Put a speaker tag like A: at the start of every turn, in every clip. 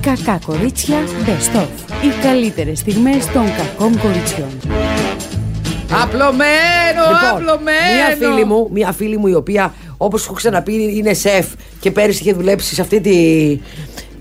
A: Κακά κορίτσια Best of. Οι καλύτερες στιγμές των κακών κοριτσιών.
B: Απλωμένο, απλωμένο.
C: Λοιπόν, Μία φίλη Λοιπόν, μου, μία φίλη μου η οποία, όπως έχω ξαναπεί, είναι σεφ και πέρυσι είχε δουλέψει σε αυτή τη,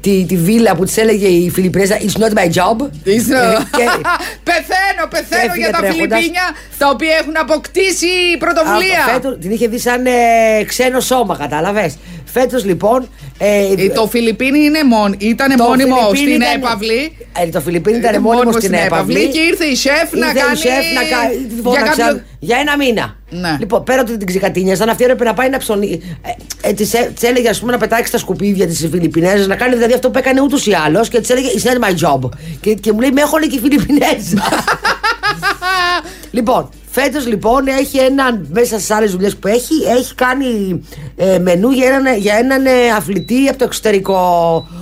C: τη, τη βίλα που της έλεγε η Φιλιππινέζα It's not my job.
B: Είσαι-
C: Ε, και-
B: πεθαίνω, πεθαίνω
C: Έφυγε
B: για τα
C: τρέχοντας.
B: Φιλιππίνια τα οποία έχουν αποκτήσει πρωτοβουλία.
C: Α, φέτος- την είχε δει σαν ε, ξένο σώμα, κατάλαβες. Φέτος λοιπόν. Ε,
B: Ε, Το Φιλιππίνι είναι μόν, ήταν
C: το
B: Ε, μόνιμο
C: Φιλιππίνι
B: στην
C: ήταν-
B: έπαυλη.
C: Ε, το Φιλιππίνι ήταν μόνιμο στην έπαυλη.
B: Και ήρθε η σεφ να
C: Ήρθε η
B: κάνει.
C: σεφ να κα- τη
B: Για
C: φώναξαν
B: κάποιο-
C: για ένα μήνα.
B: Ναι.
C: Λοιπόν, πέρα ότι την ξεκατίνιασαν, αυτή έπρεπε να πάει να ψωνίσει. Ε, ε, της έλεγε, ας πούμε, να πετάξει τα σκουπίδια της Φιλιππινέζα, να κάνει δηλαδή αυτό που έκανε ούτως ή άλλως και της έλεγε It's not my job. Και, και μου λέει, Με έχουν και οι Φιλιππινέζα. λοιπόν, φέτος λοιπόν έχει έναν, μέσα στις άλλες δουλειές που έχει, έχει κάνει ε, μενού για έναν, για έναν ε, αθλητή από το εξωτερικό.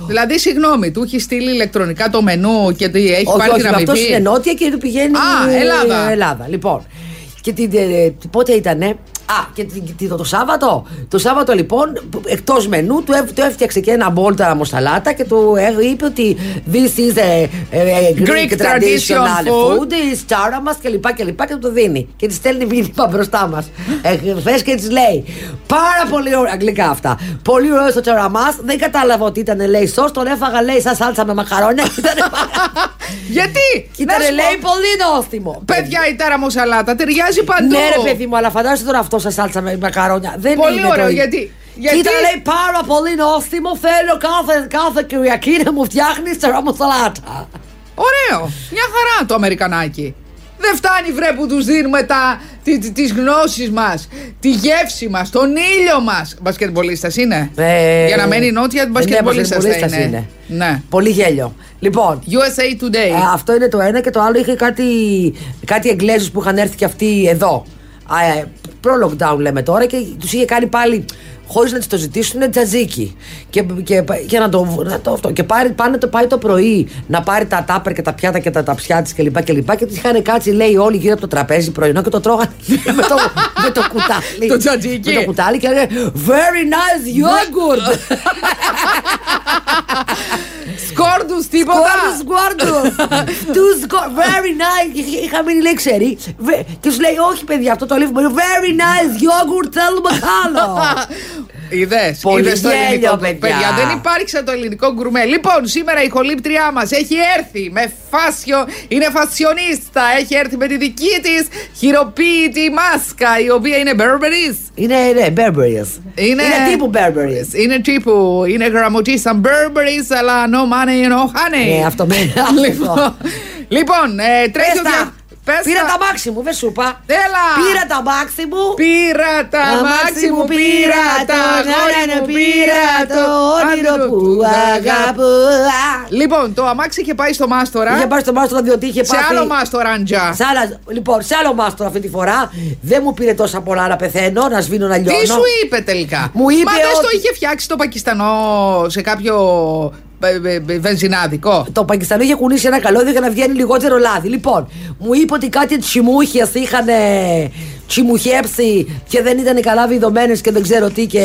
B: Δηλαδή, συγγνώμη, του έχει στείλει ηλεκτρονικά το μενού και τι, έχει
C: όχι,
B: πάρει
C: όχι,
B: την
C: αυτό
B: αμοιβή.
C: είναι νότια και του πηγαίνει.
B: Α, Ελλάδα.
C: Ελλάδα, λοιπόν. Και την, ε, πότε ήτανε. Α, και την- την- το, το Σάββατο. Το Σάββατο λοιπόν, εκτός μενού, του, έφ- του έφτιαξε και ένα μπόλτα μοσταλάτα και του ε, είπε ότι This is a, a Greek,
B: Greek
C: traditional
B: traditional
C: food.
B: food.
C: Τη τσάρα μας και λοιπά και λοιπά και του το δίνει. Και της στέλνει μήνυμα μπροστά μας. Εχθέ και της λέει. Πάρα πολύ ωραία. Αγγλικά αυτά. Πολύ ωραίο στο τσάρα μας. Δεν κατάλαβα ότι ήταν λέει σο. Τον έφαγα λέει σαν σάλτσα με μαχαρόνια. και Ήταν πάρα
B: Γιατί!
C: και ήταν
B: να σου πω,
C: λέει πολύ νόστιμο.
B: Παιδιά, η τάρα μου σαλάτα ταιριάζει παντού.
C: Ναι, ρε παιδί μου, αλλά φαντάζεσαι τώρα αυτό σα σάλτσα με μακαρόνια. Δεν
B: Πολύ
C: είναι το
B: ωραίο,
C: ίδιο.
B: γιατί-
C: Και
B: γιατί-
C: ήταν λέει πάρα πολύ νόστιμο. Θέλω κάθε, κάθε Κυριακή να μου φτιάχνεις τσαράμο σαλάτα.
B: Ωραίο. Μια χαρά το Αμερικανάκι. Δεν φτάνει βρε που τους δίνουμε τα, τι, τι- τις γνώσεις μας, τη γεύση μας, τον ήλιο μας. Μπασκετμπολίστας είναι.
C: Ε,
B: Για να μένει νότια,
C: ναι,
B: μπασκετμπολίστας θα
C: μπασκετμπολίστας
B: είναι. Ναι.
C: Πολύ γέλιο. Λοιπόν,
B: USA Today.
C: Ε, αυτό είναι το ένα και το άλλο είχε κάτι, κάτι Εγγλέζους που είχαν έρθει και αυτοί εδώ. Α, ε, Προ-lockdown λέμε τώρα και τους είχε κάνει πάλι χωρίς να τις το ζητήσουν τζατζίκι. Και, και, και να το, να το αυτό. Και πάρει, πάνε, το, πάει το πρωί να πάρει τα τάπερ και τα πιάτα και τα ταψιά της κλπ. Και, και, και τους είχαν κάτσει λέει όλοι γύρω από το τραπέζι πρωινό και το τρώγανε με το, με το κουτάλι.
B: Το τζατζίκι.
C: Με το κουτάλι και έλεγε Very nice yogurt.
B: Σκόρντους τίποτα.
C: Κόρτους, κόρτους. Τους κόρτους. Very nice. Είχα- Είχα μείνει λέει ξερή. Βε- Και σου λέει, όχι παιδιά, αυτό το αλήφι μου είναι very nice yogurt, θέλουμε άλλο.
B: Είδες,
C: Πολύ
B: είδες το
C: γέλιο,
B: ελληνικό
C: παιδιά.
B: Δεν υπάρχει σαν το ελληνικό γκουρμέ. Λοιπόν, σήμερα η χολύπτριά μας έχει έρθει με φάσιο, είναι φασιονίστα. Έχει έρθει με τη δική της χειροποίητη μάσκα, η οποία είναι Burberry's.
C: Είναι, ναι, Burberry's.
B: Είναι-
C: τύπου Burberry's.
B: Είναι τύπου, είναι γραμμωτή σαν Burberry's, αλλά no money, no honey.
C: Ναι, αυτό με
B: Λοιπόν, λοιπόν ε,
C: Πες
B: τρέχει ο
C: τα.
B: δια- πες
C: Πήρα τα μάξι μου, δεν σου είπα.
B: Έλα.
C: Πήρα τα μάξι μου.
B: Πήρα τα μάξι μου, πήρα τα αγόρι μου, πήρα το όνειρο που αγαπώ. Λοιπόν, το αμάξι είχε πάει στο Μάστορα,
C: Είχε πάει στο μάστορα διότι είχε
B: σε
C: πάθει...
B: άλλο Μάστορα Ντζα.
C: σε άλλα- λοιπόν, σε άλλο μάστορα αυτή τη φορά δεν μου πήρε τόσα πολλά να πεθαίνω, να σβήνω, να λιώνω.
B: Τι σου είπε τελικά.
C: Μου είπε
B: Μα δεν
C: ότι-
B: στο είχε φτιάξει το Πακιστανό σε κάποιο ε, ε, ε, βενζινάδικο.
C: Το Πακιστανό είχε κουνήσει ένα καλώδιο για να βγαίνει λιγότερο λάδι. Λοιπόν, μου είπε ότι κάτι τσιμούχε είχαν τσιμουχέψει και δεν ήταν καλά βιδωμένες και δεν ξέρω τι και.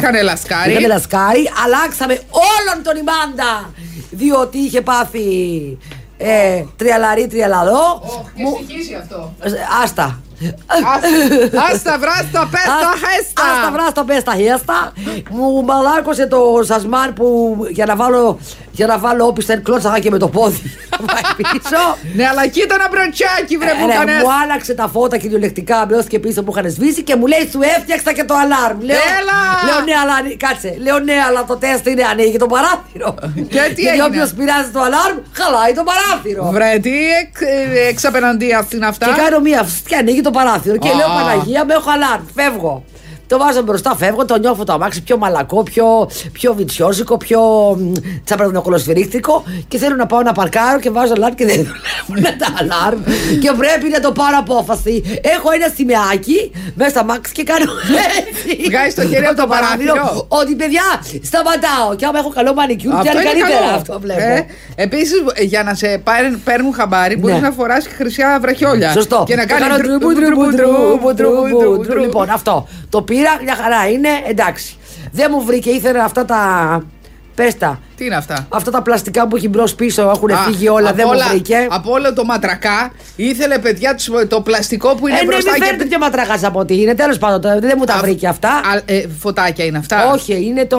B: Είχανε λασκάρι.
C: Είχανε λασκάρι. Αλλάξαμε όλον τον ημάντα. Διότι είχε πάθει ε, τριαλαρή τριαλαρό. Μου-
B: στοιχίζει αυτό.
C: Ε, Άστα.
B: Άστα βράστα, πες τα χέστα.
C: Άστα βράστα πες τα χέστα Μου μαλάκωσε το σασμάν που για να βάλω Για να βάλω όπισθεν κλώτσαγα και με το πόδι Πάει πίσω Ε,
B: Ναι, αλλά κοίτα ένα μπροτσάκι, βρε που
C: Ρε,
B: έκανες.
C: μου άλλαξε τα φώτα κυριολεκτικά, μπλώστηκε πίσω που είχαν σβήσει και μου λέει σου έφτιαξα και το αλάρμ. Λέω,
B: Έλα!
C: λέω ναι, αλλά ανοί- κάτσε. Λέω ναι, αλλά το τεστ είναι ανοίγει το παράθυρο.
B: τι
C: Γιατί
B: έγινε?
C: όποιος πειράζει το αλάρμ, χαλάει το παράθυρο.
B: Βρε, τι εκ- ε, εξαπεναντίας είναι αυτά.
C: Και κάνω μία φσ και ανοίγει το παράθυρο. Και
B: Α.
C: λέω Παναγία, με έχω αλάρμ. Φεύγω. Το βάζω μπροστά, φεύγω, το νιώθω το αμάξι πιο μαλακό, πιο, πιο βιτσιόζικο, πιο τσαπραδινοκολοσφυρίκτικο και θέλω να πάω να παρκάρω και βάζω αλάρμ και δεν δουλεύουν τα αλάρμ και πρέπει να το πάρω απόφαση. Έχω ένα σημαίακι μέσα στα αμάξι και κάνω έτσι.
B: Βγάζεις το χέρι από το παράθυρο.
C: Ότι παιδιά, σταματάω και άμα έχω καλό μανικιούρ, πιάνει καλύτερα αυτό βλέπω.
B: Επίση, Ε, για να σε πάρουν- παίρνουν χαμπάρι, μπορείς
C: Ναι.
B: να φοράς χρυσιά βραχιόλια.
C: Σωστό.
B: Και να
C: Το κάνω
B: κάνεις
C: τρου, τρου, τρου, τρου, τρου, τρου, τρου. Λοιπόν, αυτό. Το πήρα, μια χαρά είναι, εντάξει. Δεν μου βρήκε, ήθελα αυτά τα. Πες τα.
B: Τι είναι αυτά.
C: Αυτά τα πλαστικά που έχει μπρος πίσω έχουν
B: Α,
C: φύγει όλα,
B: απ'
C: δεν
B: όλα-
C: μου βρήκε.
B: Από όλο το ματρακά ήθελε παιδιά τους- το πλαστικό που είναι
C: Ε, ναι,
B: μπροστά
C: μην φέρετε πιο ματρακά από ό,τι είναι. Τέλος πάντων, τώρα δεν μου τα
B: Α,
C: βρήκε αυτά.
B: Α, ε, φωτάκια είναι αυτά.
C: Όχι, είναι το,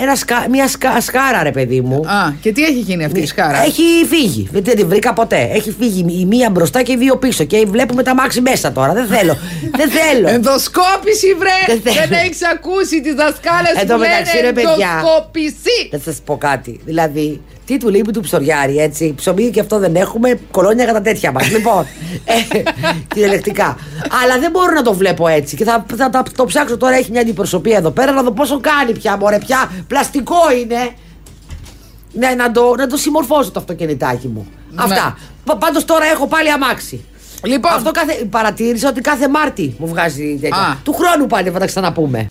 C: ένα, σκα- μια σκα- σκάρα, ρε παιδί μου. Ε,
B: Α, και τι έχει γίνει αυτή η σκάρα.
C: Ναι, Έχει φύγει. Δεν δεν την βρήκα ποτέ. Έχει φύγει η μία μπροστά και οι δύο πίσω. Και βλέπουμε τα μάξι μέσα τώρα. Δεν θέλω. δεν θέλω.
B: Ενδοσκόπηση, βρε!
C: Δεν θέλω.
B: Δεν έχεις ακούσει τις δασκάλες
C: Εν
B: που
C: τω
B: λένε
C: μεταξύ, ρε, παιδιά.
B: ενδοσκόπηση.
C: Να σας πω κάτι. Δηλαδή, τι του λείπει του ψωριάρι, έτσι. Ψωμί και αυτό δεν έχουμε. Κολόνια κατά τέτοια μας. λοιπόν. ε, κυριολεκτικά. Αλλά δεν μπορώ να το βλέπω έτσι. Και θα, θα, τα- το ψάξω τώρα. Έχει μια αντιπροσωπεία εδώ πέρα να δω πόσο κάνει πια. Μωρέ, πια πλαστικό είναι. Ναι, να το, να το συμμορφώσω το αυτοκινητάκι μου.
B: Ναι.
C: Αυτά. Πάντως τώρα έχω πάλι αμάξι.
B: Λοιπόν,
C: Αυτό κάθε, παρατήρησα ότι κάθε Μάρτι μου βγάζει τέτοια.
B: Α.
C: Του χρόνου πάλι θα τα ξαναπούμε.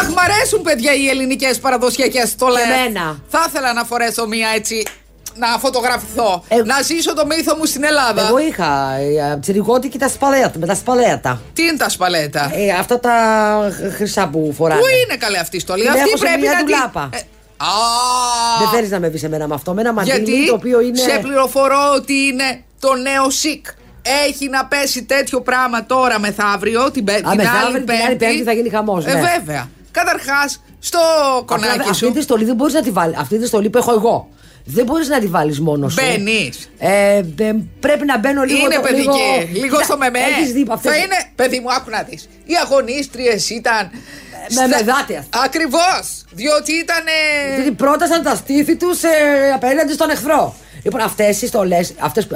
B: αχ, μ' αρέσουν παιδιά οι ελληνικές παραδοσιακές στολέ.
C: εμένα.
B: Θα ήθελα να φορέσω μία έτσι. Να φωτογραφηθώ.
C: Ε,
B: Να ζήσω το μύθο μου στην Ελλάδα.
C: Εγώ είχα ε, τσιρικότη τα σπαλέτα, με τα σπαλέτα.
B: Τι είναι τα σπαλέτα.
C: Ε, αυτά τα χ- χρυσά που φοράνε.
B: Πού είναι καλέ αυτή η στολή.
C: Την
B: Αυτή
C: έχω σε
B: πρέπει
C: μια
B: να την.
C: ντουλάπα.
B: Ε, Α,
C: Δεν θέλεις να με βρεις εμένα με αυτό. Με ένα μαντήλι
B: γιατί
C: το οποίο είναι.
B: σε πληροφορώ ότι είναι το νέο σικ. Έχει να πέσει τέτοιο πράγμα τώρα μεθαύριο, την, πέ- την,
C: μεθαύριο,
B: άλλη
C: την άλλη Πέμπτη θα γίνει χαμός,
B: Ε,
C: ναι.
B: βέβαια. Καταρχάς, στο
C: Απλά
B: κονάκι
C: αυτή
B: σου
C: τη στολή δεν μπορείς να τη βάλεις. Αυτή τη στολή που έχω εγώ. Δεν μπορείς να τη βάλεις μόνος σου.
B: μπαίνεις.
C: Ε, ε, πρέπει να μπαίνω λίγο.
B: Είναι
C: το-
B: παιδική. Λίγο, στο
C: Κοίτα,
B: μεμέ.
C: έχεις δει αυτές-
B: Θα είναι. Παιδί μου, άκου να δεις. Οι αγωνίστριες ήταν.
C: Με- με δάτια.
B: Ακριβώς. Διότι ήταν. ε,
C: Γιατί πρότασαν τα στήθη τους ε, απέναντι στον εχθρό. Λοιπόν, αυτές οι στολές,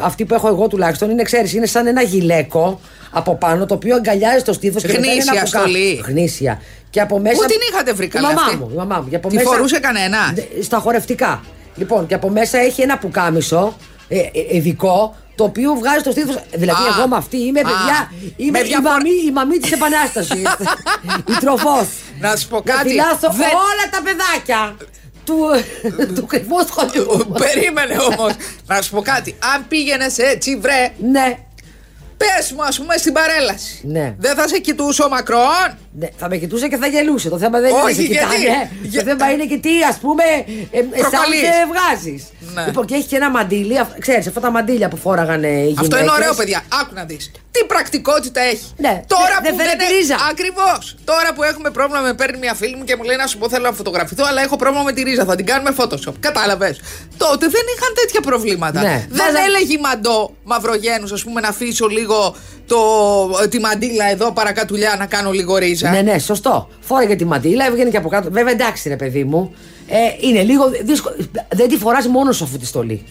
C: αυτοί που έχω εγώ τουλάχιστον, είναι, ξέρεις, είναι σαν ένα γυλαίκο από πάνω το οποίο αγκαλιάζει το στήθος και πετάει
B: Γνήσια
C: ένα πουκά.
B: στολή.
C: Γνήσια. Και από μέσα.
B: Πού την είχατε βρει
C: Η
B: καλά
C: μαμά
B: αυτή?
C: μου. Η μαμά μου. Και από
B: Τη
C: μέσα...
B: φορούσε κανένα?
C: Δε- Στα χορευτικά. Λοιπόν, και από μέσα έχει ένα πουκάμισο ε, ε, ειδικό το οποίο βγάζει το στήθος. Δηλαδή,
B: Α.
C: εγώ με αυτή είμαι
B: Α.
C: παιδιά. Είμαι
B: Με
C: η
B: διαφορά-
C: μαμή, η μαμή της Επανάστασης. η τροφός.
B: Να σου πω
C: Να
B: κάτι.
C: φυλάσω
B: δεν-
C: όλα τα παιδάκια του, του κρυφού σχολείου.
B: Περίμενε όμως. Να σου πω κάτι. Αν πήγαινες έτσι, βρε,
C: ναι,
B: πες μου, ας πούμε, στην παρέλαση.
C: Ναι.
B: Δεν θα σε κοιτούσε ο Μακρόν.
C: ναι, θα με κοιτούσε και θα γελούσε. Το θέμα δεν
B: Όχι,
C: είναι σε
B: γιατί?
C: κοιτάνε. ε.
B: Για-
C: Το θέμα είναι και τι, ας πούμε, ε, εσάς
B: Προκαλείς.
C: σε βγάζεις.
B: Ναι.
C: Λοιπόν, και έχει και ένα μαντίλι. αυ- Ξέρεις, αυτά τα μαντίλια που φόραγαν οι γυναίκες.
B: Αυτό είναι ωραίο, παιδιά. Άκου να δεις. Τι πρακτικότητα έχει.
C: Ναι.
B: Τώρα
C: Δεν
B: που
C: φαίνεται ρίζα.
B: Ακριβώς. Τώρα που έχουμε πρόβλημα, με παίρνει μια φίλη μου και μου λέει να σου πω θέλω να φωτογραφηθώ, αλλά έχω πρόβλημα με τη ρίζα. Θα την κάνουμε Photoshop. Κατάλαβες. Τότε δεν είχαν τέτοια προβλήματα.
C: Ναι.
B: Δεν
C: Βάζα-
B: έλεγε μαντό μαυρογένους, ας πούμε, να αφήσω λίγο το, τη μαντίλα εδώ παρακατουλιά να κάνω λίγο ρίζα.
C: Ναι, ναι, σωστό. Φόραγε τη μαντίλα, έβγαινε και από κάτω. Βέβαια, εντάξει, ρε παιδί μου. Ε, είναι λίγο δύσκολο. Δεν τη φοράς μόνος σου αυτή τη στολή.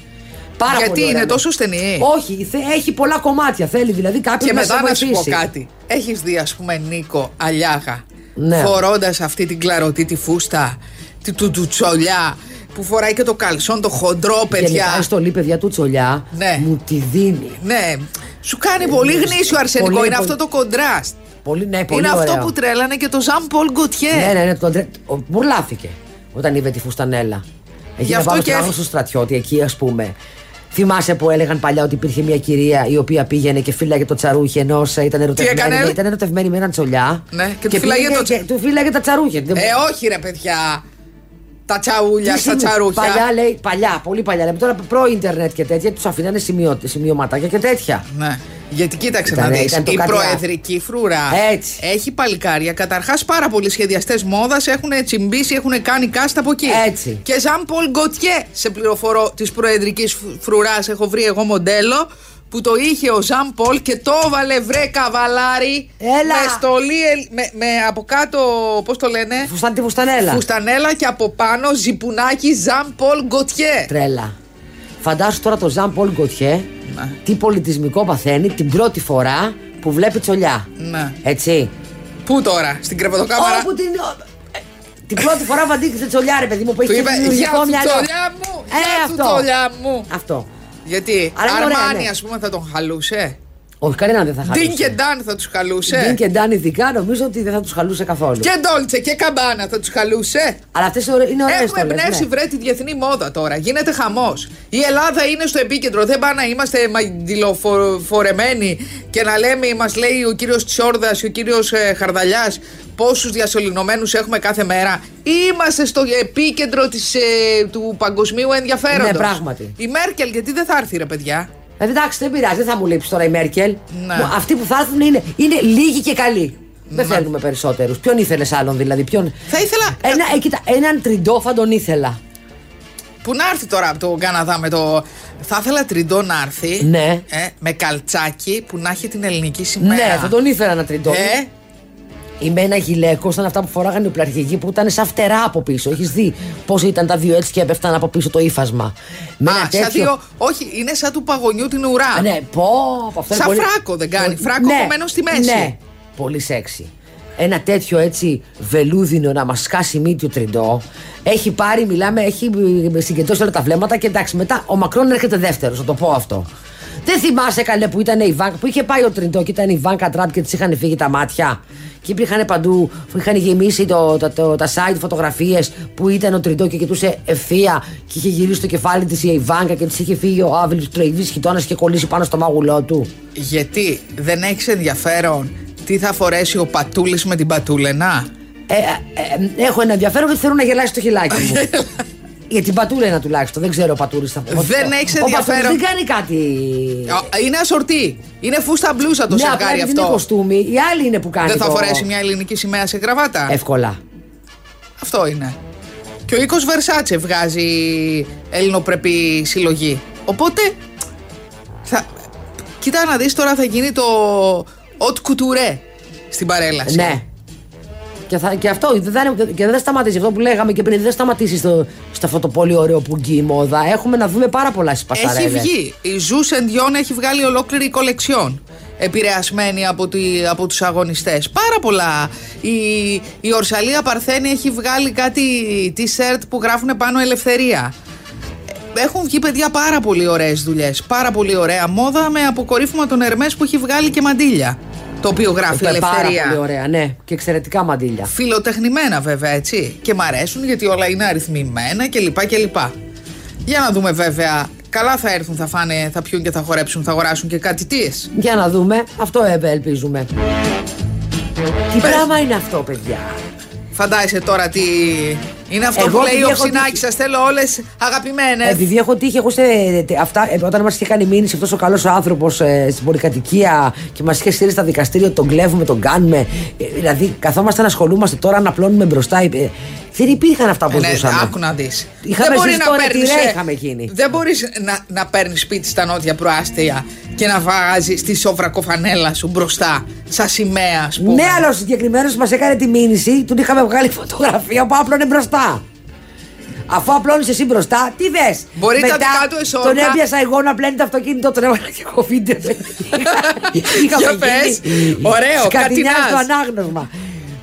C: Πάρα
B: Γιατί
C: πολύ ωραία. ναι.
B: είναι τόσο στενή.
C: Όχι, θε- έχει πολλά κομμάτια. Θέλει δηλαδή κάποιο
B: Και
C: να
B: μετά
C: σε
B: να σου πω
C: βοηθήσει.
B: κάτι. Έχεις δει, ας πούμε, Νίκο Αλιάγα
C: Ναι.
B: φορώντας αυτή την κλαρωτή τη φούστα, τη, του τουτσολιά, που φοράει και το καλσόν, το χοντρό,
C: Γενικά η
B: παιδιά.
C: στολή, παιδιά του Τσολιά
B: Ναι.
C: μου τη δίνει.
B: Ναι. Σου κάνει πολύ
C: ναι,
B: γνήσιο
C: πολύ,
B: αρσενικό.
C: πολύ.
B: είναι αυτό το κοντράστ.
C: Πολύ, ναι, πολύ
B: Είναι
C: ωραίο.
B: αυτό που τρέλανε και το Ζαν Πολ Γκοτιέ.
C: Ναι, ναι, ναι, τον τρε... ο- Μπουρλάθηκε όταν είδε τη φουστανέλα. Εκεί
B: Γι'
C: να
B: αυτό
C: πάμε
B: και
C: στον
B: έφ-
C: άγνωστο στρατιώτη, εκεί ας πούμε. Θυμάσαι που έλεγαν παλιά ότι υπήρχε μια κυρία η οποία πήγαινε και φύλαγε το τσαρούχι ενό ήταν ερωτευμένη,
B: έκανε?
C: με- ήταν ερωτευμένη με έναν τσολιά.
B: Ναι, και του φύλαγε
C: πήγαινε
B: το τσα-
C: και του φύλαγε τα τσαρούχια. Δεν-
B: Ε, όχι ρε παιδιά. Τα τσαούλια
C: Τι
B: στα
C: σημείο-
B: τσαρούχια.
C: Παλιά λέει, παλιά, πολύ παλιά. Λέμε τώρα προ-Ιντερνετ και τέτοια, τους αφήνανε σημειω... σημειωματάκια και τέτοια.
B: Ναι. Γιατί κοίταξε
C: Ήταν-
B: να δεις,
C: ήταν το
B: η
C: κάτι
B: προεδρική φρουρά
C: Έτσι.
B: έχει παλικάρια. Καταρχάς πάρα πολλοί σχεδιαστές μόδας έχουν τσιμπήσει, έχουν κάνει κάστα από εκεί.
C: Έτσι.
B: Και Ζαν Πολ Γκοτιέ, σε πληροφορώ, της προεδρικής φρουράς έχω βρει εγώ μοντέλο που το είχε ο Ζαν Πολ και το έβαλε βρε καβαλάρι
C: Έλα.
B: με στολή, ελ- με, με από κάτω, πώς το λένε,
C: Φουσταν τη φουστανέλα.
B: φουστανέλα και από πάνω ζιπουνάκι Ζαν Πολ Γκοτιέ.
C: Τρέλα. Φαντάσου τώρα το Ζαν Πολ Γκοτιέ
B: Ναι.
C: τι πολιτισμικό παθαίνει την πρώτη φορά που βλέπει τσολιά.
B: Ναι.
C: Έτσι.
B: Πού τώρα, στην κρεβατοκάμαρα.
C: Όπου την. ε, Την πρώτη φορά βαντίκησε τσολιά, ρε παιδί μου, που
B: Του
C: έχει
B: είπε, «Γεια
C: δημιουργικό
B: σου,
C: μυαλό.
B: τσολιά μου,
C: Ε,
B: γεια σου,
C: αυτό.
B: τσολιά μου.
C: Αυτό.
B: Γιατί
C: Αλλά είναι ωραία,
B: Αρμάνι,
C: ναι.
B: ας πούμε, θα τον χαλούσε.
C: Όχι, κανένα δεν θα χαλούσε.
B: Ντίν και Ντάν θα τους χαλούσε.
C: Ντίν και Ντάν ειδικά νομίζω ότι δεν θα τους χαλούσε καθόλου.
B: Και Ντόλτσε και Καμπάνα θα τους χαλούσε.
C: Αλλά αυτές είναι ναι. ωραίες
B: Έχουμε εμπνεύσει βρέ τη διεθνή μόδα τώρα. Γίνεται χαμός. Η Ελλάδα είναι στο επίκεντρο. Δεν πάνε να είμαστε μαγντιλοφορεμένοι και να λέμε, μας λέει ο κύριος Τσιόρδας, ο ε, κύριο Χαρδαλιάς, πόσους διασωληνωμένους έχουμε κάθε μέρα. Είμαστε στο επίκεντρο της, ε, του παγκοσμίου ενδιαφέροντος.
C: Ναι, πράγματι.
B: Η Μέρκελ, γιατί δεν θα έρθει, ρε παιδιά.
C: Ε, εντάξει, δεν πειράζει, δεν θα μου λείψει τώρα η Μέρκελ.
B: Ναι.
C: Μου- Αυτοί που θα έρθουν είναι, είναι λίγοι και καλοί. Δεν θέλουμε περισσότερους. Ποιον ήθελες άλλον δηλαδή, ποιον.
B: Θα ήθελα.
C: Ένα, ε, κοίτα, έναν τριντόφα τον ήθελα.
B: Που να έρθει τώρα από τον Καναδά με το. Θα ήθελα τριντό να έρθει.
C: Ναι.
B: Ε, με καλτσάκι που να έχει την ελληνική σημαία.
C: Ναι, θα τον ήθελα ένα τριντόφα.
B: Ε,
C: Είμαι ένα γυλαίκο, ήταν αυτά που φοράγανε οι πλαρχηγοί που ήταν σαν φτερά από πίσω. Έχεις δει πώς ήταν τα δύο έτσι και έπεφταν από πίσω το ύφασμα. Με
B: α, σαν δύο, όχι, είναι σαν του παγωνιού την ουρά.
C: Ναι, πω, από αυτό είναι
B: Σαν φράκο δεν κάνει,
C: Πολύ-
B: φράκο κομμένο στη μέση.
C: Ναι, πολύ σεξι. Ένα τέτοιο έτσι βελούδινο να μας σκάσει μύτιο τριντό. Έχει πάρει, μιλάμε, έχει ε, συγκεντρώσει όλα τα βλέμματα και εντάξει, μετά ο Μακρόν έρχεται δεύτερος, θα το πω αυτό. Δεν θυμάσαι καλέ που ήταν η Βάνκα, που είχε πάει ο Τριντό και ήταν η Βάνκα Τραμπ και της είχαν φύγει τα μάτια. Και υπήρχαν παντού, είχαν γεμίσει το, το, το- τα site φωτογραφίες που ήταν ο Τριντό και κοιτούσε ευθεία και είχε γυρίσει το κεφάλι της η Ιβάνκα και της είχε φύγει ο Άβυλο Τρεϊβής χιτώνας και κολλήσει πάνω στο μάγουλό του.
B: Γιατί δεν έχεις ενδιαφέρον τι θα φορέσει ο Πατούλης με την Πατούλενα.
C: Ε, ε, ε, έχω ένα ενδιαφέρον γιατί θέλω να γελάσει το χιλάκι μου. Για την πατούλα τουλάχιστον. Δεν ξέρω ο πατούλης θα πω.
B: Δεν έχεις
C: Ο Πατούλης
B: ενδιαφέρον.
C: δεν κάνει κάτι.
B: Α, Είναι ασορτή. Είναι φούστα μπλούσα το
C: ναι, απλά
B: σακάρι
C: επειδή είναι
B: αυτό.
C: κοστούμι. Οι άλλοι είναι που κάνει.
B: Δεν θα
C: το- Ε,
B: φορέσει μια ελληνική σημαία σε κραβάτα.
C: Εύκολα.
B: Αυτό είναι. Και ο οίκος Βερσάτσε βγάζει ελληνοπρεπή συλλογή. Οπότε. Θα... Κοίτα να δεις τώρα θα γίνει το Ot Couture στην παρέλαση.
C: Ναι. Και, θα, και αυτό δεν θα, είναι- και δεν θα σταματήσει. Αυτό που λέγαμε και πριν δεν θα σταματήσει στο, στο αυτό το πολύ ωραίο που γκεί η μόδα. Έχουμε να δούμε πάρα πολλά στις
B: Έχει
C: πασαρέλες.
B: βγει. Η Ζους Σεντιόν έχει βγάλει ολόκληρη κολεξιόν. Επηρεασμένη από, τη, από τους αγωνιστές. Πάρα πολλά. Η, η Ορσαλία Παρθένη έχει βγάλει κάτι t-shirt που γράφουν πάνω ελευθερία. Ε, Έχουν βγει παιδιά πάρα πολύ ωραίες δουλειές. Πάρα πολύ ωραία μόδα με αποκορύφωμα τον Ερμές που έχει βγάλει και μαντίλια. Το οποίο γράφει
C: Ε, Πάρα
B: ελευθερία.
C: πολύ ωραία, ναι. Και εξαιρετικά μαντίλια.
B: Φιλοτεχνημένα βέβαια έτσι Και μ' αρέσουν γιατί όλα είναι αριθμημένα και λοιπά και λοιπά Για να δούμε βέβαια Καλά θα έρθουν, θα φάνε, θα πιούν και θα χορέψουν, θα αγοράσουν και κάτι τι.
C: Για να δούμε. Αυτό ε, ελπίζουμε. Τι πράγμα είναι αυτό, παιδιά.
B: Φαντάζεσαι τώρα τι. Είναι αυτό
C: Εγώ
B: που λέει
C: επειδή
B: ο
C: έχω Ε,
B: Ψινάκη,
C: τύχει-
B: σας θέλω όλες αγαπημένες.
C: Επειδή έχω τύχει, εγώ σε, τε- αυτά, ε, όταν μας είχε κάνει μήνυση αυτός ο καλός άνθρωπος ε, στην πολυκατοικία και μας είχε στείλει στα δικαστήρια ότι τον κλέβουμε, τον κάνουμε. Ε, δηλαδή, καθόμαστε να ασχολούμαστε τώρα να πλώνουμε μπροστά. Ε, ε, δεν υπήρχαν αυτά που
B: ναι,
C: ζούσαμε.
B: άκου να δεις.
C: Είχαμε ζήσει τώρα τη ρέα είχαμε γίνει.
B: ε, Δεν μπορείς να, να παίρνεις σπίτι στα νότια προάστια και να βάζεις τη σόβρακοφανέλα σου μπροστά, σαν σημαία, ας πούμε.
C: Ναι, αλλά ο συγκεκριμένος μας έκανε τη μήνυση, του είχαμε βγάλει φωτογραφία που άπλωνε μπροστά. Αφού απλώνει εσύ μπροστά, τι δες.
B: Μπορεί τα δικά του εσώρουχα.
C: Τον έπιασα εγώ να πλένει το αυτοκίνητο, τον έβαλα και εγώ βίντεο. Είχαμε
B: Για
C: γίνει
B: πες. Ωραίο,
C: σκατεινιά
B: κατηνάς.
C: στο ανάγνωσμα.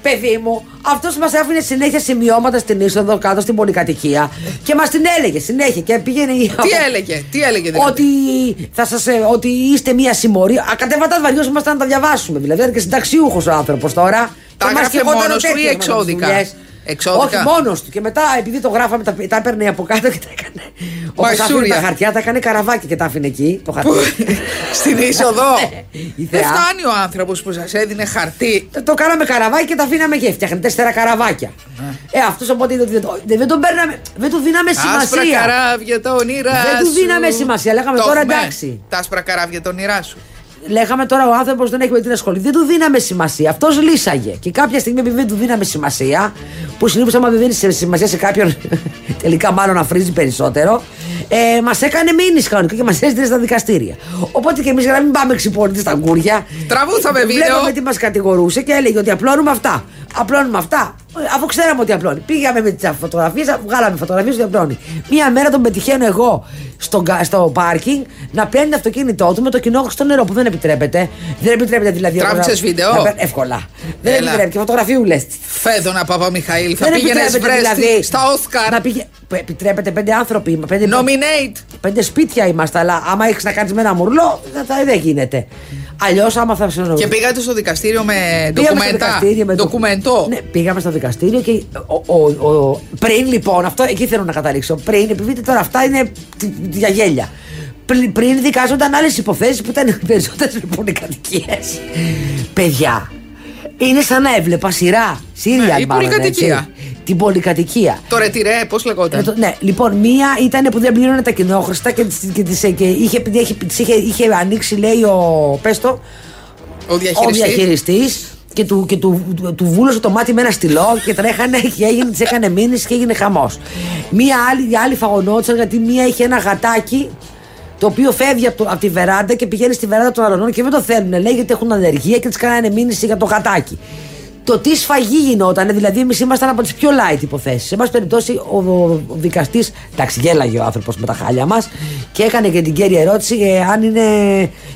C: Παιδί μου, αυτός μας άφηνε συνέχεια σημειώματα στην είσοδο κάτω στην πολυκατοικία και μας την έλεγε συνέχεια. Και πήγαινε η-
B: Τι έλεγε, τι έλεγε δηλαδή.
C: ότι, θα σας, ε, ότι είστε μία συμμορία. Ακατέβατα βαριό ήμασταν να τα διαβάσουμε. Δηλαδή, ήταν και συνταξιούχος ο άνθρωπος τώρα.
B: Τα
C: Και μας
B: έγραφε
C: σκεφτόταν
B: μόνος του ή
C: τέτοια με τις
B: εξώδικα?
C: δουλειές.
B: Εξώδικα.
C: Όχι, μόνος του. Και μετά, επειδή το γράφαμε, τα, τα έπαιρνε από κάτω και τα έκανε. Όπως άφηνε
B: Μαξούρια.
C: τα χαρτιά, τα έκανε καραβάκι και τα άφηνε εκεί. Το χαρτί.
B: Στην είσοδο.
C: Ναι, η
B: Δεν
C: θεά.
B: φτάνει ο άνθρωπος που σας έδινε χαρτί.
C: Ε, Το- Το κάναμε καραβάκι και τα αφήναμε εκεί. Φτιάχνε τέσσερα καραβάκια. Ε, αυτός οπότε είδε ότι δεν, το- δεν τον παίρναμε, δεν του δίναμε
B: Άσπρα
C: σημασία.
B: καράβια τα όνειρά σου.
C: Δεν του δίναμε σημασία, λέγαμε
B: Το
C: τώρα
B: έχουμε.
C: εντάξει.
B: Τα άσπρα καράβια τα όνειρά σου.
C: Λέγαμε τώρα ο άνθρωπος δεν έχει με τι να ασχοληθεί. Δεν του δίναμε σημασία. Αυτός λύσαγε. Και κάποια στιγμή επειδή δεν του δίναμε σημασία, που συνήθως άμα δεν δίνεις σημασία σε κάποιον, τελικά μάλλον αφρίζει περισσότερο, ε, μας έκανε μήνυση κανονικά και μας έστειλε στα δικαστήρια. Οπότε και εμείς για να μην πάμε ξυπόλοιτε στα γκούρια.
B: Τραβούσαμε βίντεο.
C: Βλέπαμε τι μας κατηγορούσε και έλεγε ότι απλώνουμε αυτά. Απλώνουμε αυτά. Αφού ξέραμε ότι απλώνει. Πήγαμε με τις φωτογραφίες, βγάλαμε φωτογραφίες ότι απλώνει. Μία μέρα τον πετυχαίνω εγώ στο, γκα- στο πάρκινγκ να παίρνει το αυτοκίνητό του με το κοινό στο νερό που δεν επιτρέπεται. Δεν επιτρέπεται δηλαδή. εγώ να-
B: Τράβηξες βίντεο?
C: να παίρνω- Εύκολα. Δεν
B: Έλα.
C: επιτρέπεται και φωτογραφιούλες.
B: Φέδωνα Παπαμιχαήλ, θα
C: δεν δηλαδή
B: πήγαινε βρε στη- στα
C: Να
B: Όσκαρ.
C: πήγε... Επιτρέπεται πέντε άνθρωποι. είμα- Πέντε,
B: Nominate.
C: πέντε σπίτια είμαστε, αλλά άμα έχεις να κάνεις με ένα μουρλό, δεν, θα, δεν γίνεται. Αλλιώς, άμα θα σε
B: Και πήγατε στο δικαστήριο με
C: Πήγαμε στο
B: ντοκουμέντα.
C: δικαστήριο με το-
B: Ντοκουμέντο.
C: Ναι, πήγαμε στο δικαστήριο και ο, ο, ο- πριν λοιπόν, αυτό εκεί θέλω να καταλήξω. Πριν, επειδή τώρα αυτά είναι τ- για γέλια. Πριν, πριν δικάζονταν άλλες υποθέσεις που ήταν περισσότερες λοιπόν οι κατοικίες. Παιδιά, είναι σαν να έβλεπα σειρά. Σύρια,
B: Ναι, η πολυκατοικία.
C: Την πολυκατοικία.
B: Το ρετυρέ, πώ
C: Ε,
B: λεγόταν.
C: το- ναι, λοιπόν, μία ήταν που δεν πλήρωνε τα κοινόχρηστα και, τις- και, τις- και είχε, είχε, τις είχε, είχε ανοίξει, λέει, ο. Πες το,
B: Ο
C: ο
B: διαχειριστής.
C: διαχειριστής και του, και του, του, του βούλωσε το μάτι με ένα στυλό και τρέχανε και έγινε, της έκανε μήνυση και έγινε χαμός. Μία άλλη, οι άλλοι φαγωνόντουσαν γιατί μία είχε ένα γατάκι το οποίο φεύγει από, το, από τη βεράντα και πηγαίνει στη βεράντα των αλλωνών και δεν το θέλουν. Λέει γιατί έχουν ανεργία και της κάνανε μήνυση για το γατάκι. Το τι σφαγή γινόταν, δηλαδή εμείς ήμασταν από τις πιο light υποθέσεις. Σε πάση περιπτώσει, ο, ο, ο δικαστής. Εντάξει, γέλαγε ο άνθρωπος με τα χάλια μας και έκανε και την κέρια ερώτηση ε, αν είναι,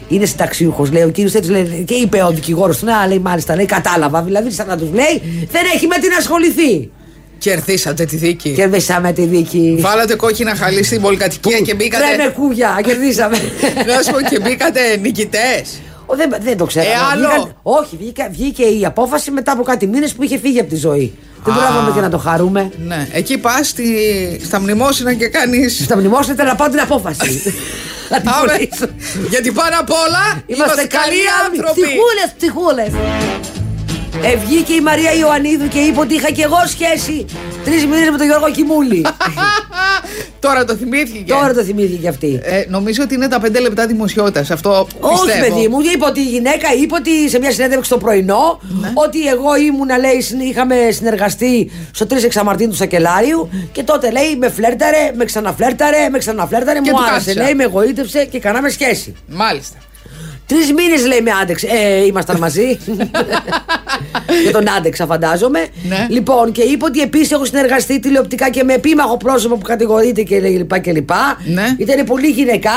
C: είναι συνταξιούχος. Λέει ο κύριος έτσι λέει, και είπε ο δικηγόρος του, ναι, λέει μάλιστα, λέει κατάλαβα. Δηλαδή, σαν να τους λέει, δεν έχει με τι να ασχοληθεί.
B: Κερδίσατε τη δίκη.
C: Κερδίσαμε τη δίκη.
B: Βάλατε κόκκινα χαλί στην πολυκατοικία και
C: Τρέμε
B: μπήκατε.
C: κούγια, κερδίσαμε.
B: Να σου πω και μπήκατε νικητές.
C: Ο, δεν, δεν το ξέρω.
B: Ε, άλλο.
C: όχι, βγήκα- βγήκε η απόφαση μετά από κάτι μήνες που είχε φύγει από τη ζωή. Δεν
B: Α.
C: πρόλαβαμε και να το χαρούμε.
B: Ναι, εκεί πας στα μνημόσυνα και κάνεις.
C: Στα μνημόσυνα ήταν να πάω την απόφαση. Να την χωρίσω.
B: Γιατί πάνω απ' όλα είμαστε καλοί άνθρωποι.
C: Ψυχούλε, ψυχούλε. Ε, βγήκε η Μαρία Ιωαννίδου και είπε ότι είχα και εγώ σχέση τρεις μήνες με τον Γιώργο Κιμούλη.
B: Τώρα το θυμήθηκε.
C: Τώρα το θυμήθηκε και αυτή.
B: Ε, νομίζω ότι είναι τα πέντε λεπτά δημοσιότητας. Αυτό
C: Όχι,
B: Ε, πιστεύω.
C: παιδί μου, είπε ότι η γυναίκα είπε ότι σε μια συνέντευξη το πρωινό
B: Ναι.
C: ότι εγώ ήμουνα, λέει, συν- είχαμε συνεργαστεί στο 3 εξαμαρτίν του Σακελάριου και τότε λέει με φλέρταρε, με ξαναφλέρταρε, με ξαναφλέρταρε,
B: Και
C: μου
B: του
C: άρεσε.
B: κάθισα.
C: Λέει, με γοήτευσε και κάναμε σχέση.
B: Μάλιστα.
C: Τρεις μήνες λέει με άντεξε. Ε, ήμασταν μαζί. Για τον άντεξα, φαντάζομαι.
B: Ναι.
C: Λοιπόν, και είπε ότι επίσης έχω συνεργαστεί τηλεοπτικά και με επίμαχο πρόσωπο που κατηγορείται και λοιπά και λοιπά.
B: Ναι.
C: Ήταν πολύ γυναικάς,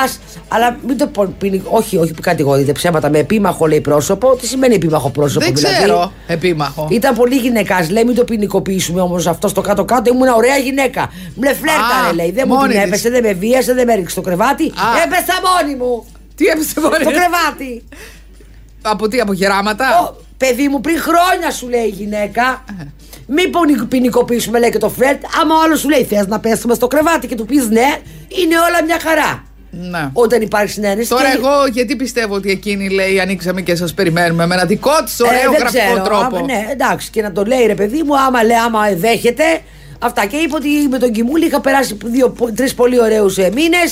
C: αλλά μην το πω. ποινικ- Όχι, όχι που κατηγορείται ψέματα. Με επίμαχο λέει πρόσωπο. Τι σημαίνει επίμαχο πρόσωπο,
B: Δεν
C: δηλαδή.
B: ξέρω. Επίμαχο.
C: Ήταν πολύ γυναικάς. Λέει, μην το ποινικοποιήσουμε όμως αυτό στο κάτω-κάτω. Ήμουν ωραία γυναίκα. Με φλέρταρε,
B: Α,
C: λέει. Δεν μου
B: μόνη
C: την
B: της.
C: έπεσε, δεν με βίασε, δεν με ρίξε στο κρεβάτι.
B: Α.
C: Έπεσα μόνη μου.
B: Τι έπεσε μωρέ?
C: Στο κρεβάτι.
B: Από τι, από γεράματα.
C: Ω, παιδί μου, πριν χρόνια σου λέει η γυναίκα. Μην πονι- ποινικοποιήσουμε, λέει και το φλερτ. Άμα ο άλλος σου λέει θες να πέσουμε στο κρεβάτι και του πεις ναι, είναι όλα μια χαρά.
B: Ναι.
C: Όταν υπάρχει συνένεση.
B: Τώρα
C: και-
B: εγώ γιατί πιστεύω ότι εκείνη λέει ανοίξαμε και σας περιμένουμε με ένα δικό της
C: Ε,
B: ωραίο
C: δεν
B: γραφικό
C: ξέρω.
B: τρόπο.
C: Άμα- ναι, εντάξει, και να το λέει ρε παιδί μου, άμα λέει, άμα δέχεται. Αυτά. Και είπε ότι με τον Κιμούλη είχα περάσει τρεις πολύ ωραίους μήνε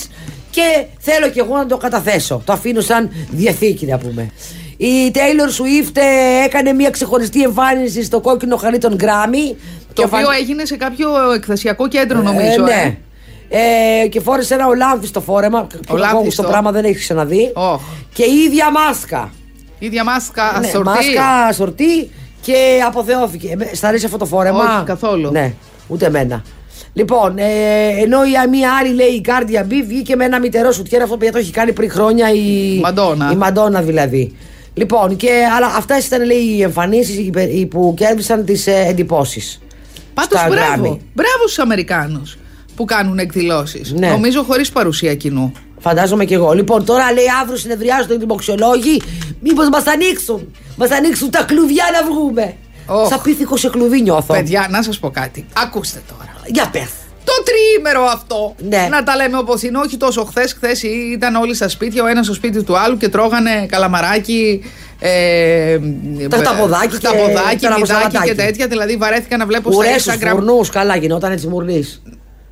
C: και θέλω κι εγώ να το καταθέσω. Το αφήνω σαν διαθήκη, να πούμε. Η Taylor Swift ε, έκανε μια ξεχωριστή εμφάνιση στο κόκκινο χαλί των Grammy.
B: Το
C: Και φαν-
B: οποίο έγινε σε κάποιο εκθεσιακό κέντρο νομίζω.
C: ε,
B: ε.
C: ναι. Ε, και φόρεσε ένα ολάμφιστο φόρεμα.
B: Ολάμφιστο.
C: Το πράγμα δεν έχεις ξαναδεί.
B: Οχ.
C: Και η ίδια μάσκα.
B: Ίδια μάσκα,
C: Ναι,
B: ασορτή.
C: Μάσκα, σορτή και αποθεώθηκε. Ε, Στα αρέσει αυτό το φόρεμα.
B: Όχι, καθόλου.
C: Ναι, ούτε εμένα. Λοιπόν, ε, ενώ η μία άλλη λέει η Κάρδια Μπι βγήκε με ένα μητερό σουτιέρα. Αυτό παιδιά το έχει κάνει πριν χρόνια η
B: Μαντόνα.
C: Η Μαντόνα δηλαδή. Λοιπόν, και, αλλά αυτά ήταν λέει οι εμφανίσεις που κέρδισαν τις ε, εντυπώσεις.
B: Πάντως
C: στα Grammy.
B: μπράβο. Μπράβο στους Αμερικάνους που κάνουν εκδηλώσεις.
C: Ναι.
B: Νομίζω χωρίς παρουσία κοινού.
C: Φαντάζομαι και εγώ. Λοιπόν, τώρα λέει αύριο συνεδριάζουν οι δημοξιολόγοι. Μήπως μας ανοίξουν. Μας ανοίξουν τα κλουβιά να βγούμε.
B: Οχ.
C: Σαν πίθηκο σε κλουβί νιώθω.
B: Παιδιά, να σας πω κάτι. Ακούστε τώρα.
C: Για πες.
B: Το τριήμερο αυτό.
C: Ναι.
B: Να τα λέμε όπως είναι. Όχι τόσο χθες. Χθες ήταν όλοι στα σπίτια, ο ένας στο σπίτι του άλλου και τρώγανε καλαμαράκι. Ε,
C: Τα χταποδάκι και
B: χταποδάκι,
C: τα
B: μυδάκι και
C: ραμοσαλατάκι.
B: τέτοια. Δηλαδή βαρέθηκα να βλέπω στα
C: Ουρέ στου
B: Instagram.
C: φουρνού, καλά γινόταν έτσι μουρλή.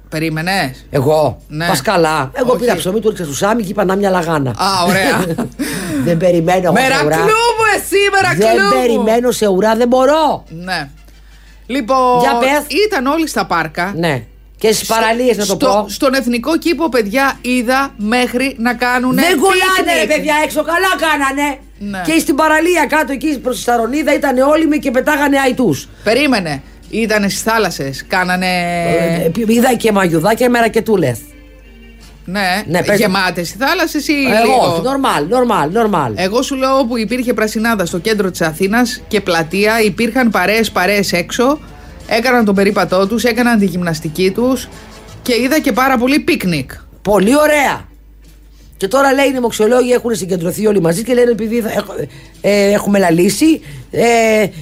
B: Περίμενες.
C: Εγώ.
B: Ναι.
C: Πας καλά. Εγώ
B: Όχι.
C: πήρα ψωμί, του έριξα σουσάμι και είπα να μια λαγάνα.
B: Α, ωραία.
C: δεν περιμένω εγώ σε ουρά.
B: μερακλού μου εσύ,
C: Δεν
B: μερακλού μου.
C: περιμένω σε ουρά, δεν μπορώ.
B: Ναι. Λοιπόν,
C: Για πες.
B: ήταν όλοι στα πάρκα.
C: Ναι. Και στις παραλίες να το
B: Στο-
C: πω.
B: Στον εθνικό κήπο, παιδιά, είδα μέχρι να κάνουν.
C: Δεν κολλάνε ρε παιδιά έξω, καλά κάνανε.
B: Ναι.
C: Και στην παραλία κάτω εκεί προς τη Σαρονίδα ήταν όλοι με και πετάγανε αϊτούς.
B: Περίμενε. Ήτανε στις θάλασσες, κάνανε. Ε.
C: Ε, Είδα και μαγιουδάκια με ρακετούλε.
B: Ναι,
C: Ναι, πες.
B: γεμάτες οι θάλασσες ή.
C: Εγώ,
B: λίγο.
C: normal, normal, normal.
B: Εγώ σου λέω όπου υπήρχε πρασινάδα στο κέντρο της Αθήνας και πλατεία, υπήρχαν παρέες παρέες έξω, έκαναν τον περίπατό τους, έκαναν τη γυμναστική τους και είδα και πάρα πολύ πίκνικ.
C: Πολύ ωραία. Και τώρα λέει οι δημοξιολόγοι έχουν συγκεντρωθεί όλοι μαζί και λένε επειδή θα έχ- ε, έχουμε λαλήσει, ε,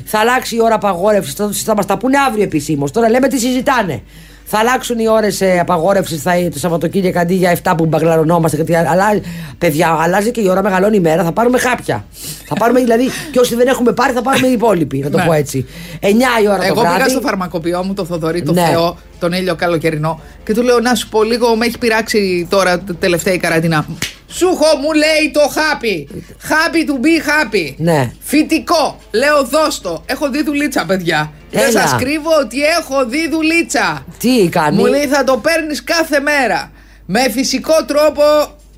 C: θα αλλάξει η ώρα απαγόρευσης. Θα, θα μας τα πούνε αύριο επισήμως. Τώρα λέμε τι συζητάνε. Θα αλλάξουν οι ώρες ε, απαγόρευσης θα, το Σαββατοκύριακο αντί για 7 που μπαγκλαρωνόμαστε. Γιατί αλλά, παιδιά, αλλάζει και η ώρα, μεγαλώνει η μέρα. Θα πάρουμε χάπια. θα πάρουμε δηλαδή, και όσοι δεν έχουμε πάρει, θα πάρουμε οι υπόλοιποι. Να το
B: Ναι.
C: πω έτσι. 9 η ώρα το
B: Εγώ
C: βράδυ.
B: πήγα στο φαρμακοποιό μου, το Θοδωρή, το
C: Ναι.
B: Θεό, τον ήλιο καλοκαιρινό και του λέω να σου πω λίγο, με έχει πειράξει τώρα τε- τελευταία η καραντινά. Σούχο μου λέει το χάπι. Happy to be happy.
C: Ναι.
B: Φυτικό. Λέω δώστο. Έχω δει δουλίτσα, παιδιά. Δεν
C: Έλα.
B: σας κρύβω ότι έχω δει δουλίτσα.
C: Τι κάνει.
B: Μου λέει θα το παίρνεις κάθε μέρα. Με φυσικό τρόπο.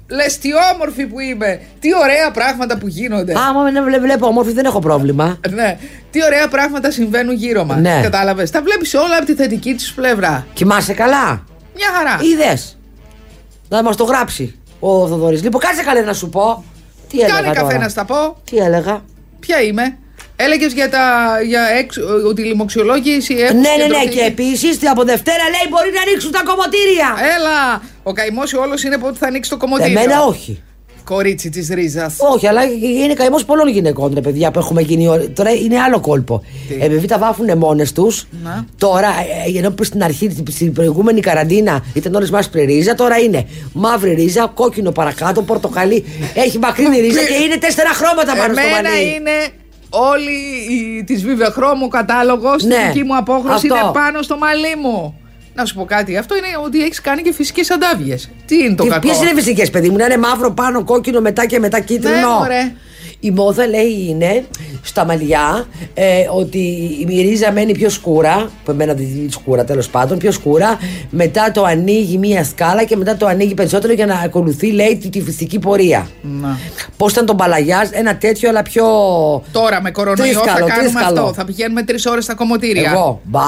B: Λες τι όμορφη που είμαι. Τι ωραία πράγματα που γίνονται.
C: Άμα δεν βλέ- βλέπω όμορφη, δεν έχω πρόβλημα.
B: Ναι. Τι ωραία πράγματα συμβαίνουν γύρω μας.
C: Ναι.
B: Κατάλαβες. Τα βλέπεις όλα από τη θετική του πλευρά.
C: Κοιμάσαι καλά.
B: Μια χαρά.
C: Είδες. Να μας το γράψει ο Θοδωρής. Λοιπόν, κάτσε καλέ να σου πω. Τι έλεγα.
B: Κάνε
C: τώρα.
B: καφέ να στα πω.
C: Τι έλεγα.
B: Ποια είμαι. Έλεγες για, τα, για εξ, ότι η λοιμοξιολόγηση έχουν
C: ναι, ναι, ναι.
B: συγκεντρωθεί.
C: Και επίσης από Δευτέρα λέει μπορεί να ανοίξουν τα κομμωτήρια.
B: Έλα! Ο καημός όλος είναι από ότι θα ανοίξει το κομμωτήριο.
C: Εμένα όχι.
B: Κορίτσι της ρίζας.
C: Όχι, αλλά είναι καημός πολλών γυναικών, ρε παιδιά, που έχουμε γίνει. όλοι. Τώρα είναι άλλο κόλπο.
B: Τι?
C: Επειδή τα βάφουν μόνες τους,
B: Να.
C: τώρα, ε, ενώ πριν στην αρχή, στην- στην προηγούμενη καραντίνα ήταν όλες μαύρη ρίζα, τώρα είναι μαύρη ρίζα, κόκκινο παρακάτω, πορτοκαλί. Έχει μακρινή ρίζα και είναι τέσσερα χρώματα πάνω στο
B: Εμένα
C: μανί.
B: είναι όλη η- της βιβεχρώμου κατάλογος
C: Ναι.
B: Στην δική μου απόχρωση
C: Αυτό.
B: είναι πάνω στο μαλλί μου Να σου πω κάτι Αυτό είναι ότι έχεις κάνει και φυσικές αντάβιες Τι είναι το
C: Τι-
B: κακό
C: Ποιες είναι φυσικές, παιδί μου, να είναι μαύρο πάνω, κόκκινο μετά και μετά κίτρινο.
B: Ναι, μωρέ.
C: η μόδα λέει είναι στα μαλλιά ε, ότι η ρίζα μένει πιο σκούρα, που εμένα δεν είναι σκούρα τέλος πάντων, πιο σκούρα. Μετά το ανοίγει μία σκάλα και μετά το ανοίγει περισσότερο για να ακολουθεί, λέει, τη, τη φυσική πορεία.
B: Να.
C: Πώς ήταν τον Παλαγιά, ένα τέτοιο αλλά πιο.
B: Τώρα με κορονοϊό
C: Τρίσκαλο,
B: θα κάνουμε
C: τρίσκαλο.
B: αυτό Θα πηγαίνουμε τρεις ώρες στα κομμωτήρια
C: Εγώ. Μπα.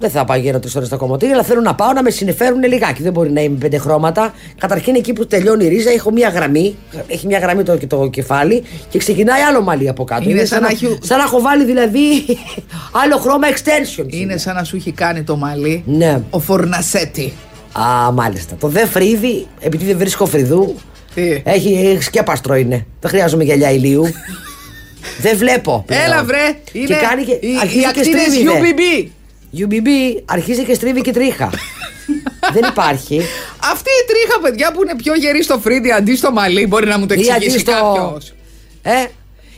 C: Δεν θα παγαίνω τρεις ώρες στα κομμωτήρια, αλλά θέλω να πάω να με συνεφέρουν λιγάκι. Δεν μπορεί να είμαι πέντε χρώματα. Καταρχήν εκεί που τελειώνει η ρίζα, έχω μία γραμμή. Έχει μία γραμμή το, το κεφάλι και ξεκινάει άλλο μαλλί από κάτω.
B: Είναι σαν να έχει-
C: σαν να έχω βάλει δηλαδή άλλο χρώμα extension.
B: Είναι σαν να σου έχει κάνει το μαλλί
C: Ναι.
B: Ο Φορνασέτη
C: Α, μάλιστα. Το δε φρύδι, επειδή δεν βρίσκω φρυδού,
B: Τι?
C: έχει ε, σκέπαστρο είναι. Δεν χρειάζομαι γυαλιά ηλίου. δεν βλέπω. πλέον.
B: Έλα βρε είναι
C: Και κάνει και.
B: οι,
C: αρχίζει
B: οι
C: και
B: ακτίνες
C: στρίβει, δε.
B: UBB
C: UBB αρχίζει και στρίβει και τρίχα. Δεν υπάρχει.
B: Αυτή η τρίχα παιδιά που είναι πιο γερή στο φρύδι αντί στο μαλλί Μπορεί να μου το
C: Ή
B: εξηγήσει
C: αντίστο-
B: κάποιος
C: Ε,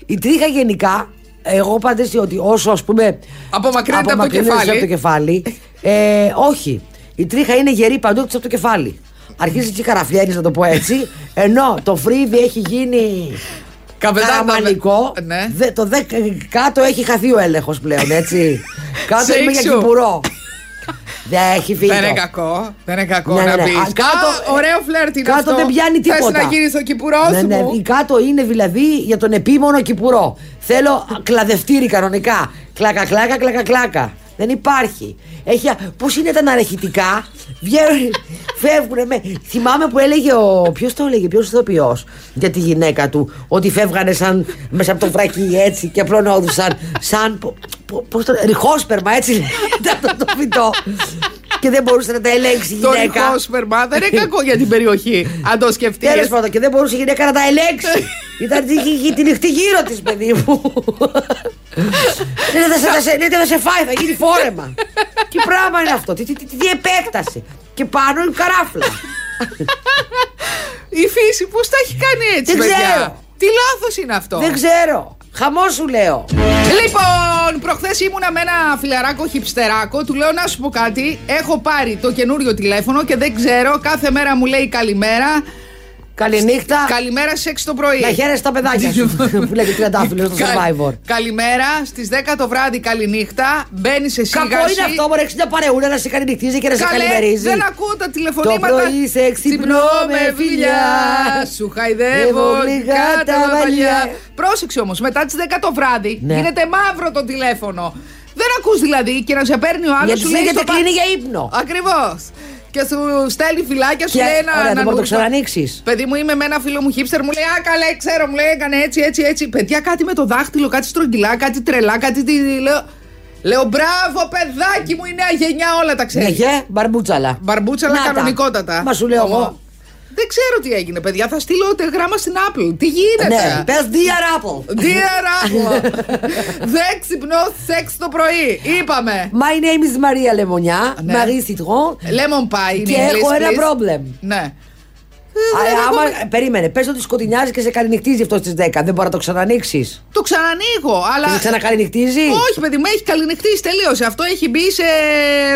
C: η τρίχα γενικά, εγώ πάντα αισθη- ότι όσο ας πούμε.
B: Απομακρύνεται από το κεφάλι.
C: από το κεφάλι, ε, όχι. Η τρίχα είναι γερή παντού εκτός από το κεφάλι. Αρχίζει και καραφλιέρης να το πω έτσι. Ενώ το φρύδι έχει γίνει.
B: Καβεδά-
C: Καραμανικό.
B: Ναι.
C: Δε- το δε, κάτω έχει χαθεί ο έλεγχος πλέον, έτσι. κάτω
B: Σε
C: είμαι για
B: ήξου.
C: κυπουρό. Δεν έχει φύγει.
B: Δεν είναι
C: το.
B: κακό. Δεν είναι κακό
C: Ναι, ναι,
B: να
C: ναι.
B: πεις.
C: Α, κάτω-
B: Α, ωραίο φλερτ είναι
C: κάτω
B: αυτό.
C: δεν πιάνει
B: Θες
C: τίποτα.
B: να γύρεις στο κυπουρός
C: Ναι,
B: σου.
C: ναι, η κάτω είναι δηλαδή για τον επίμονο κυπουρό. Θέλω κλαδευτήρι κανονικά. Κλάκα, κλάκα, κλάκα, κλάκα. Δεν υπάρχει. Έχει, πώς είναι τα αναρχητικά. Βγαίνουν, φεύγουν. Με. Θυμάμαι που έλεγε ο. Ποιος το έλεγε, ποιος ηθοποιός για τη γυναίκα του. Ότι φεύγανε σαν μέσα από το βρακί έτσι και απλωνόντουσαν. Σαν. πο- πο- πώς το, ριχόσπερμα, έτσι λέγεται αυτό το φυτό. και δεν μπορούσε να τα ελέγξει η
B: Το
C: γυναίκα.
B: ρηχό σπερμά δεν είναι κακό για την περιοχή. Αν το σκεφτείς.
C: Τέλος πάντων, και δεν μπορούσε η γυναίκα να τα ελέγξει. Ήταν τη- είχε τη νυχτή γύρω της, παιδί μου. Δεν θα, σε, θα σε- δεν θα σε φάει, θα γίνει φόρεμα. Τι πράγμα είναι αυτό, τι, τι, τι, τι επέκταση. Και πάνω είναι καράφλα.
B: Η φύση πώς τα έχει κάνει έτσι,
C: Δεν
B: παιδιά.
C: ξέρω.
B: Τι λάθος είναι αυτό.
C: δεν ξέρω. Χαμό σου λέω.
B: Λοιπόν, προχθές ήμουνα με ένα φιλαράκο χυψτεράκο. Του λέω να σου πω κάτι. Έχω πάρει το καινούριο τηλέφωνο και δεν ξέρω. Κάθε μέρα μου λέει καλημέρα.
C: Καληνύχτα.
B: Καλημέρα στις 6 το πρωί.
C: Να χαίρεσαι τα παιδάκια σου. που λέγεται τριαντάφυλλος στο
B: Κα-
C: survivor.
B: Καλημέρα στις 10 το βράδυ, καληνύχτα. Μπαίνεις σε
C: Κακό
B: σίγαση.
C: είναι αυτό, μωρέ, 60 παρεούλα να σε κάνει νυχτίζει και να σε
B: Καλέ,
C: καλημερίζει.
B: δεν ακούω τα τηλεφωνήματα.
C: Το πρωί σε ξυπνώ με φιλιά.
B: Σου χαϊδεύω
C: Εύω γλυκά
B: γλυκά
C: τα
B: τα
C: μαλλιά.
B: μαλλιά. Πρόσεξε όμως, μετά τις 10 το βράδυ
C: Ναι.
B: γίνεται μαύρο το τηλέφωνο. Δεν ακούς δηλαδή και να σε παίρνει ο άλλος.
C: Γιατί λέγεται κλείνει για ύπνο.
B: Ακριβώς. Και σου στέλνει φυλάκια, σου
C: Και-
B: λέει ένα.
C: ωραία, δεν
B: να
C: μπορεί να το
B: νου-
C: ξανανοίξεις.
B: Παιδί μου, είμαι με ένα φίλο μου χίπστερ, μου λέει Α, καλά, ξέρω, μου λέει έκανε έτσι, έτσι, έτσι. Παιδιά, κάτι με το δάχτυλο, κάτι στρογγυλά, κάτι τρελά, κάτι. Τι, λέω, λέω, μπράβο, παιδάκι μου, η νέα γενιά όλα τα
C: Ναι,
B: ξέρει.
C: γε, μπαρμπούτσαλα.
B: Μπαρμπούτσαλα
C: Να τα.
B: κανονικότατα.
C: Μα σου λέω
B: Ω,
C: εγώ.
B: Δεν ξέρω τι έγινε, παιδιά. Θα στείλω τεγράμμα στην Apple. Τι
C: Ναι,
B: γίνεται.
C: πες Dear Apple.
B: Dear Apple, δεν ξυπνώ σεξ το πρωί. Είπαμε.
C: My name is Maria Λεμονιά,
B: Ναι.
C: Marie Citron.
B: Lemon pie. in
C: Και
B: English,
C: έχω ένα
B: please.
C: problem.
B: Ναι.
C: Α,
B: Ε, δεν
C: άμα-
B: έχουμε-
C: Περίμενε, πες ότι σκοτεινιάζει και σε καληνυχτίζει αυτός στις 10. Δεν μπορεί να το ξανανοίξεις.
B: Το ξανανοίγω,
C: Και σε
B: αλλά.
C: ξανακαληνυχτίζει.
B: Όχι, παιδί μου, έχει καληνυχτήσει τελείωσε. Αυτό έχει μπει σε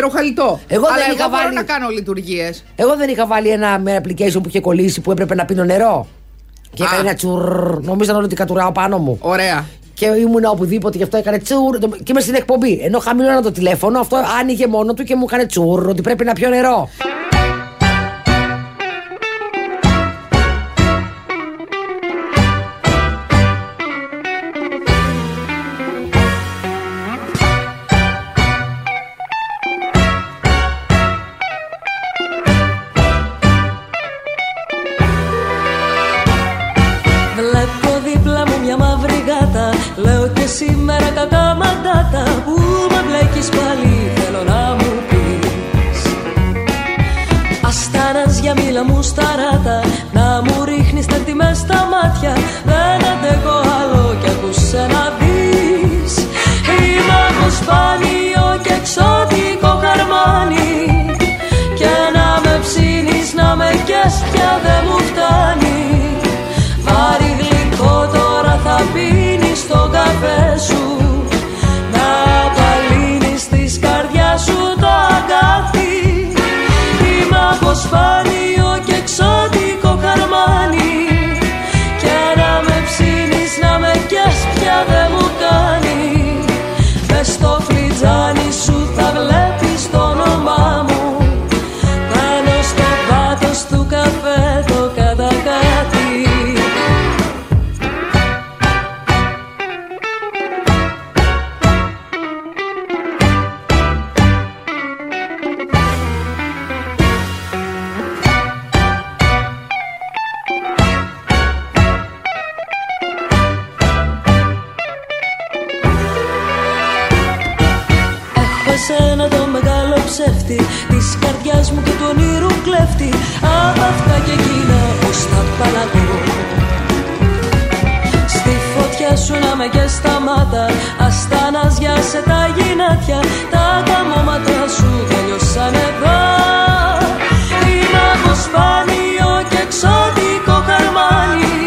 B: ροχαλιτό.
C: Εγώ
B: αλλά
C: δεν
B: εγώ
C: είχα
B: μπορώ
C: βάλει-
B: να κάνω λειτουργίε.
C: Εγώ δεν είχα βάλει ένα με application που είχε κολλήσει που έπρεπε να πίνω νερό. Και
B: Α.
C: έκανε ένα τσουρ. Νομίζαν όλοι ότι κατουράω πάνω μου.
B: Ωραία.
C: Και ήμουνα οπουδήποτε, γι' αυτό έκανε τσουρ. το- Και είμαι στην εκπομπή. Ενώ χαμηλώνα το τηλέφωνο, αυτό άνοιγε μόνο του και μου έκανε τσουρ. Ότι πρέπει να πιω νερό.
D: Βλέπω δίπλα μου μια μαύρη γάτα Λέω και σήμερα κακά μαντάτα Που με μπλέκεις πάλι θέλω να μου πεις Αστάνας για μήλα μου σταράτα Να μου ρίχνεις τα τιμές στα μάτια Δεν αντέχω άλλο κι ακούσε να δεις Είμαι από σπάνιο και εξωτικό καρμάνι Και να με ψήνεις να με κες πια δεν μου φτάνει Βάρη γλυκό τώρα θα πίνεις τον καφέ σου Να απαλύνεις της καρδιάς σου το αγκάθι Είμαι από σπάνιο και εξωτικό καρμάνι Και να με ψήνεις να με κες πια δεν μου κάνει Μες στο φλιτζάνι σου θα βλέπεις το όνομά μου Πάνω στο πάτος του καφέ το κατακάτι Έχω εσένα το μεγάλο ψεύτη Της καρδιάς μου και του όνειρου κλέφτη Απ' αυτά και εκείνα πως τα παραγώ Στη φωτιά σου να με και στα μάτα Αστάνας για σε τα γυνάτια Τα καμώματα σου τελειώσαν εδώ Είμαι από σπάνιο και εξωτικό καρμάνι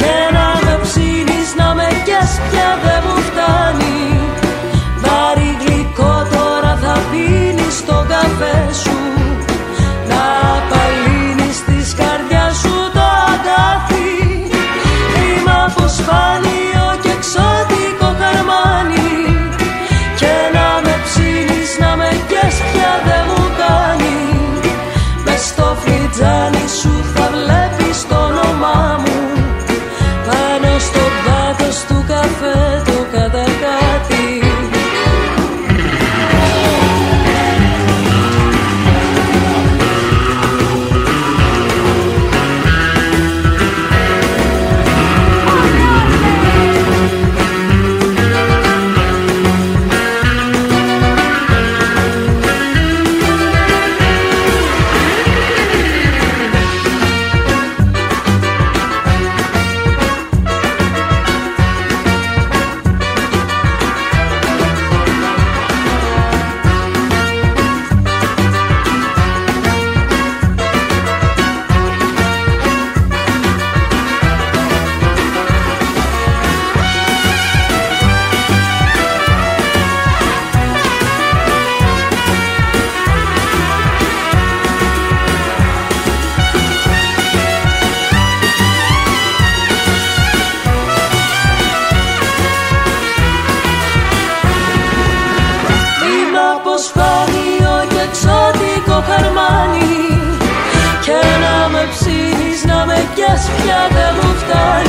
D: Και να με ψήνεις να με κες πια δεν μου φτάνει Βάρη γλυκό τώρα θα πίνεις τον καφέ σου Να απαλύνεις της καρδιάς σου το αγκάθι Είμαι από σπάνιο και εξωτικό καρμάνι Και να με ψήνεις να με κες πια δεν μου κάνει Μες στο φλιτζάνι σου θα βλέπεις το όνομά μου Πάνω στο βάθος του καφέ το κατακάτι Είμαι από σπάνιο και εξωτικό χαρμάνι Και να με ψήνεις να με πιας πια δεν μου φτάνει